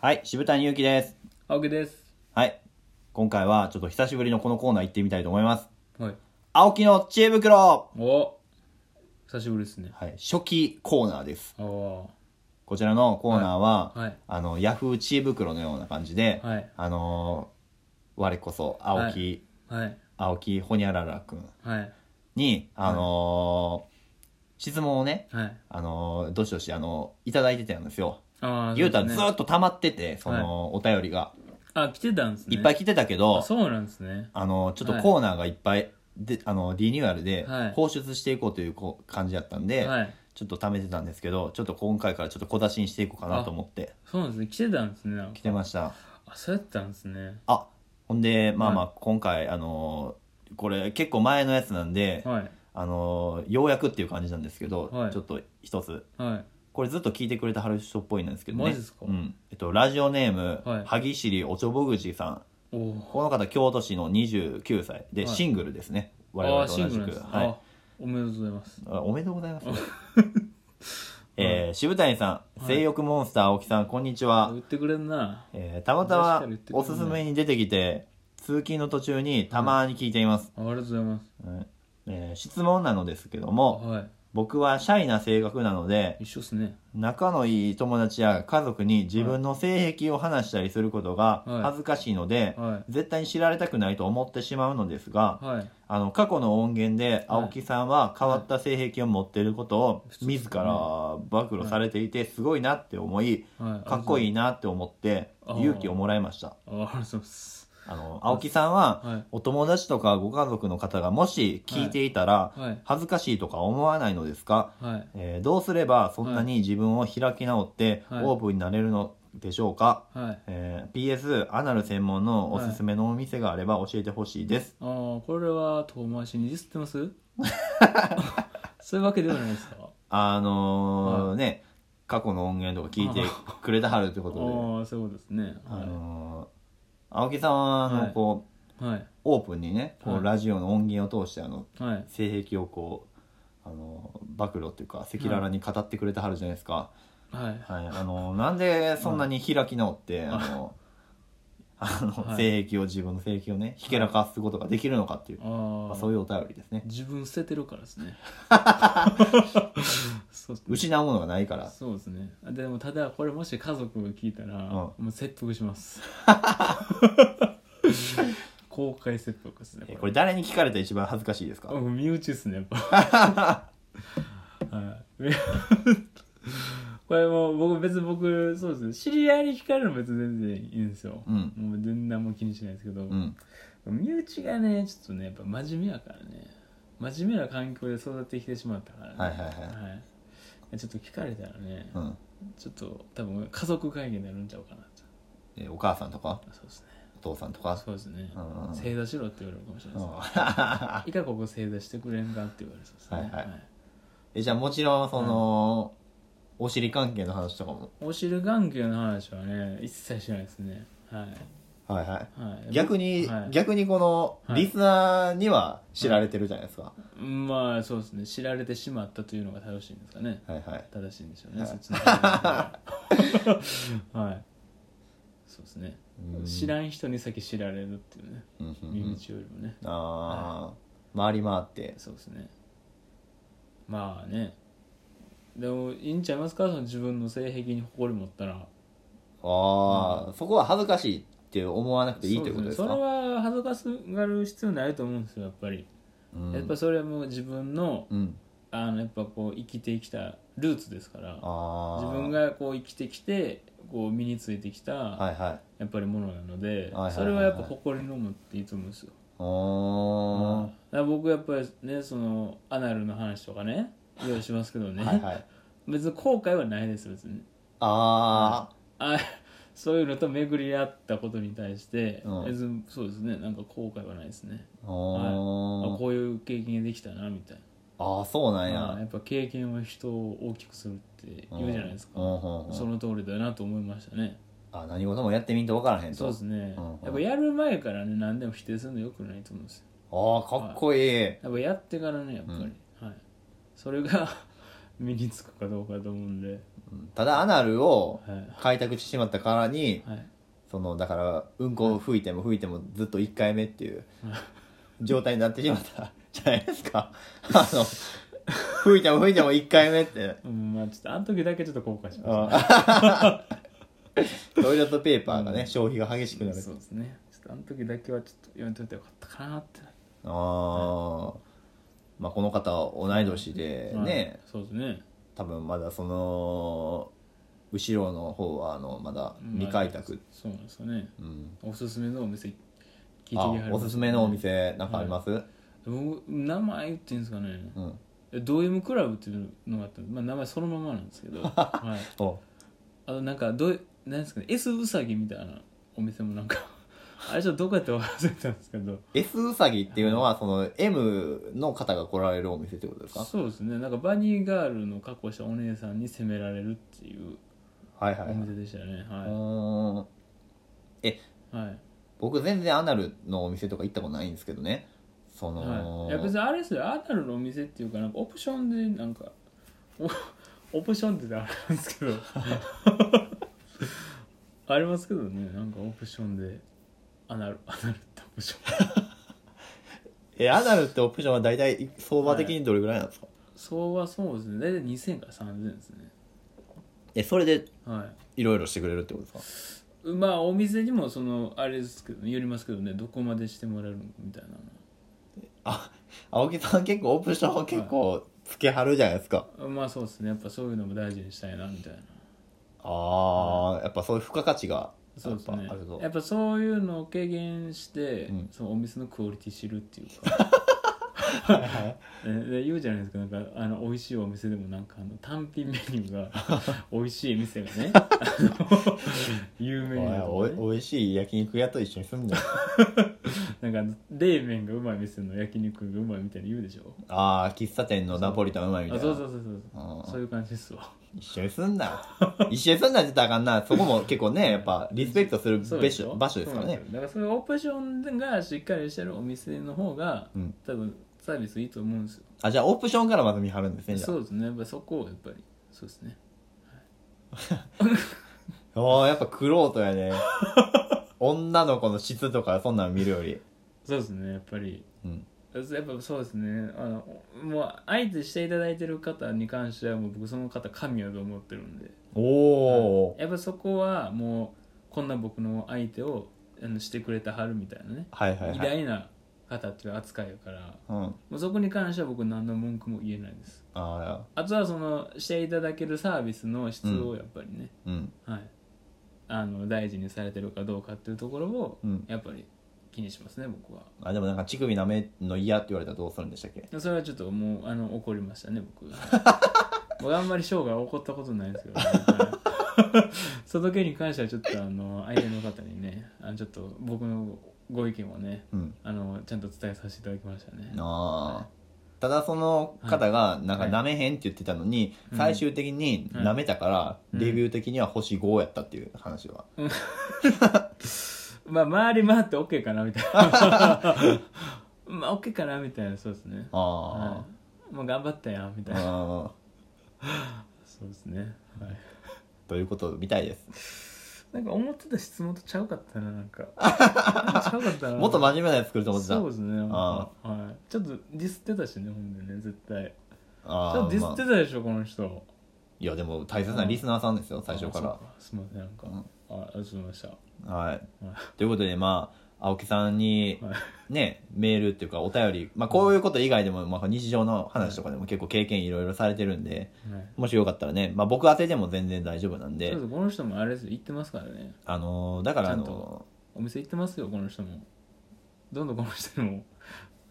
はい、渋谷祐樹です。青木ですはい、今回はちょっと久しぶりのこのコーナー行ってみたいと思います。はい青木の知恵袋お久しぶりですねはい、初期コーナーです。おおこちらのコーナーは、ーはいあの、ヤフー知恵袋のような感じで、はいあのー我こそ青木、はい青木ほにゃららくんはいに、あのー質問をね、はいあのーどしどし、あのーいただいてたんですよ。ああゆうたねずーっと溜まってて、その、お便りが。あ来てたんですねいっぱい来てたけど、あそうなんですねあの、ちょっとコーナーがいっぱい、で、あの、リニューアルではい、放出していこうというこう感じだったんで、はいちょっと貯めてたんですけど、ちょっと今回からちょっと小出しにしていこうかなと思って、そうなんですね来てたんですねなんか来てました。あそうやったんですねあ、ほんで、まあまはあ、今回、あのー、これ結構前のやつなんで、はいあのー、ようやくっていう感じなんですけど、はいちょっと一つ。はこれずっと聞いてくれた春人っぽいんですけどね。マジっすかうん。えっと、ラジオネーム、はい萩尻おちょぼぐじさん。いおおこの方、京都市の29歳で、はいシングルですね。我あ々あとシ同ングじルなんく。ですねはい。あおめでとうございますあおめでとうござ います。えー、渋谷さん、性欲モンスター青木さん、こんにちは売。ってくれんなえーたまた確まかに言ってくれおないすすめに出てきて、通勤の途中にたまに聞いています。あありがとうございますうんえー質問なのですけども、は僕はシャイな性格なので、い一緒っすね仲のいい友達や家族に自分の性癖を話したりすることがはい恥ずかしいので、は絶対に知られたくないと思ってしまうのですが、はいあの過去の音源で青木さんは変わった性癖を持っていることを自ら暴露されていてすごいなって思いはいかっこいいいなって思ってあ勇気をもらいましたあありがとうございますあの青木さんははいお友達とかご家族の方がもし聞いていたらはい恥ずかしいとか思わないのですか、はいえーどうすればそんなに自分を開き直ってはいオープンになれるのでしょうか、はいえー PS アナル専門のおすすめのお店があれば教えてほしいです、ああこれは遠回しにディスってます そういうわけではないですかあのーね、過去の音源とか聞いてくれたはるってことで、ああそういうことですねあはのー青木さんは、あの、はいこう、いはいオープンにね、こはう、いラジオの音源を通して、あの、はい性癖をこう、あのー、暴露っていうか、赤裸々に語ってくれてはるじゃないですか。はいはい。あのー、なんでそんなに開き直って、あ のー、あの、はい性癖を、自分の性癖をね、ひけらかすことができるのかっていう、あまあ、あそういうお便りですね。自分捨ててるからです ねそうですね失うものがないから、そうですねでもただこれもし家族が聞いたら、もう切腹します 公開切腹ですねえこれ誰に聞かれて一番恥ずかしいですか、うん身内です ねやっぱ、はい、 これもう僕別に僕そうですね知り合いに聞かれるの別に全然いいんですよ、うんもう全然も気にしないですけど、うん。身内がねちょっとねやっぱ真面目やからね真面目な環境で育ってきてしまったからねはいはいはいちょっと聞かれたらね、うん。ちょっと多分家族会議になるんちゃうかなとえーお母さんとかそうですねお父さんとかそうですねうんうん正座しろって言われるかもしれうないん です、いいかここ正座してくれんかって言われそうですねはいはいえじゃあもちろんその、お尻関係の話とかもお汁眼球の話はね一切しないですねははいはいい、はい、逆に、はい逆にこの、はいリスナーには知られてるじゃないですか、まあそうですね知られてしまったというのが正しいんですかねはいはい正しいんでしょうね、はいそっちの方がはいそうですねうん知らん人に先知られるっていうねうんうんうん身内よりもねああ、回り回ってそうですねまあねでもいいんちゃいますかその自分の性癖に誇り持ったらああ、そこは恥ずかしいって思わなくていいってことですかそうねそれは恥ずかしがる必要ないと思うんですよやっぱり、うんやっぱそれはもう自分のうんあのやっぱこう生きてきたルーツですからああ自分がこう生きてきてこう身についてきた、はいはいやっぱりものなので、はいはいはいはいそれはやっぱ誇りのもっていいと思うんですよ、おーだから僕やっぱりねそのアナルの話とかね用意しますけどねはいはい別に後悔はないです別にああそういうのと巡り合ったことに対して、うん別にそうですねなんか後悔はないですね、あ、おーあこういう経験できたなみたいああそうなんや、な、やっぱ経験は人を大きくするって言うじゃないですか、うんうんうんうんその通りだなと思いましたねあ何事もやってみんと分からへんとそうですね、うんうんやっぱやる前からね何でも否定するのよくないと思うんですよああかっこいい、やっぱやってからねやっぱり、はい、それが 身につくかどうかだと思うんで、ただアナルをはい開拓してしまったからにはい、 そのだからうんこを吹いても吹いてもずっと1回目っていう状態になってしまった じゃないですかあの吹いても吹いても1回目ってうん、まあちょっとあの時だけちょっと後悔しました、ね、あトイレットペーパーがね消費が激しくなるそうですねちょっとあの時だけはちょっとやめといてよかったかなってなああまあこの方は同い年でね、はいそうですね多分まだその後ろの方はあのまだ未開拓、そうなんですよねうんおすすめのお店聞いてきあはりまおすすめのお店なんかあります、僕名前言っていいんですかねうんえド M クラブっていうのがあったんで、まあ、名前そのままなんですけど、はい、おあとなんかどうなんですかね S ウサギみたいなお店もなんかあれちょっとどこやったか忘れたんですけど S うさぎっていうのはその M の方が来られるお店ってことですかそうですねなんかバニーガールの格好したお姉さんに責められるっていうはいはいはおい、店でしたねうはーんい、はい僕全然アナルのお店とか行ったことないんですけどねその、はい、いや別にあれですよアナルのお店っていうかなんかオプションでなんかお オプションって言ったらあれなんですけどありますけどねなんかオプションでアナルアナルってオプションえアナルってオプションは大体相場的にどれぐらいなんですか、そうはそうですね大体2000から3000ですねえそれではいろいろしてくれるってことですいまあお店にもそのあれですけどよりますけどねどこまでしてもらえるのかみたいなかあ青木さん結構オプション結構つけはるじゃないですか、まあそうですねやっぱそういうのも大事にしたいなみたいなああやっぱそういう付加価値がそうですやねっぱあるぞやっぱそういうのを軽減して、うんそのお店のクオリティ知るっていうか でで言うじゃないですかなんかあの美味しいお店でもなんかあの単品メニュ ーが美味しい店がねあの有名なとおこいねおいしい焼肉屋と一緒に住んでるなんかあの冷麺がうまい店の焼肉がうまいみたいに言うでしょああ喫茶店のナポリタンうまいみたあいなそうそうそうそうあーそういう感じですわ一緒にすんな一緒にすんなって言ったらあかんなそこも結構ねやっぱリスペクトするそうべししょ場所ですからそうねなんよだからそういうオプションがしっかりしてるお店の方が、うん多分サービスいいと思うんですよあじゃあオプションからまず見張るんですねじゃそうですねやっぱそこをやっぱりそうですねあおーやっぱクロートや ね女の子の質とかそんなん見るよりそうですねやっぱりうんやっぱそうですねあのもう相手していただいてる方に関してはもう僕その方神やと思ってるんでおお、やっぱそこはもうこんな僕の相手をあのしてくれたはるみたいなね、はい、はいはい偉大な方っていう扱いやからうんもうそこに関しては僕何の文句も言えないですああとはそのしていただけるサービスの質をやっぱりね、あうんはい、あの大事にされてるかどうかっていうところをうんやっぱり気にしますね僕はあでもなんか乳首舐めんの嫌って言われたらどうするんでしたっけそれはちょっともうあの怒りましたね 僕僕あんまり生涯怒ったことないんですけど、ね、その件に関してはちょっとあの相手の方にねあのちょっと僕のご意見をねうんあのちゃんと伝えさせていただきましたねあーただその方がなんかはい舐めへんって言ってたのに、うん最終的にうん舐めたからうんレビュー的には星5やったっていう話は、まあ回り回って OK かなみたい なまあ OK かなみたいなそうですねあはい、もう頑張ったよみーたいなあそうですねはいーということみたいですなんか思ってた質問とちゃうかったななんかなんかちゃうかったなもっと真面目なやつ作ると思ってたそうですねなんかあはい、ちょっとディスってたしねほんでね絶対ちょあっとーディまスっあてたでしょこの人いやでも大切なリスナーさんですよ最初かあらそうすみませんなんか、うんあありがとうございましたははいということでまあ青木さんにい、はいね、メールっていうかお便り、まあ、こういうこと以外でも、まあ、日常の話とかでも結構経験いろいろされてるんでもしよかったらね、まあ、僕宛てでも全然大丈夫なんちでょっとこの人もあれですよ行ってますからねあのーだからあちゃんのお店行ってますよこの人もどんどんこの人にも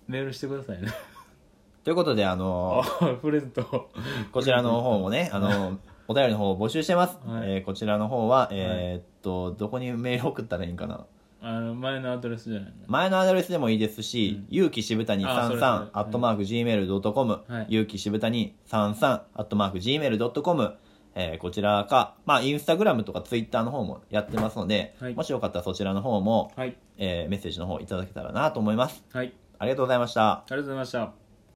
メールしてくださいねーということであのあープレゼン トこちらの方も ねあのーお便りの方を募集してます、はいえーこちらの方はえーっとどこにメール送ったらいいんかなあの前のアドレスじゃないの前のアドレスでもいいですし、うんゆうきしぶたにあそれそれ33アットマーク Gmail.com、はいゆうきしぶたに33アットマーク Gmail.com、えーこちらか、まあ、インスタグラムとかツイッターの方もやってますので、はいもしよかったらそちらの方も、はいえーメッセージの方いただけたらなと思います。はいありがとうございました。ありがとうございました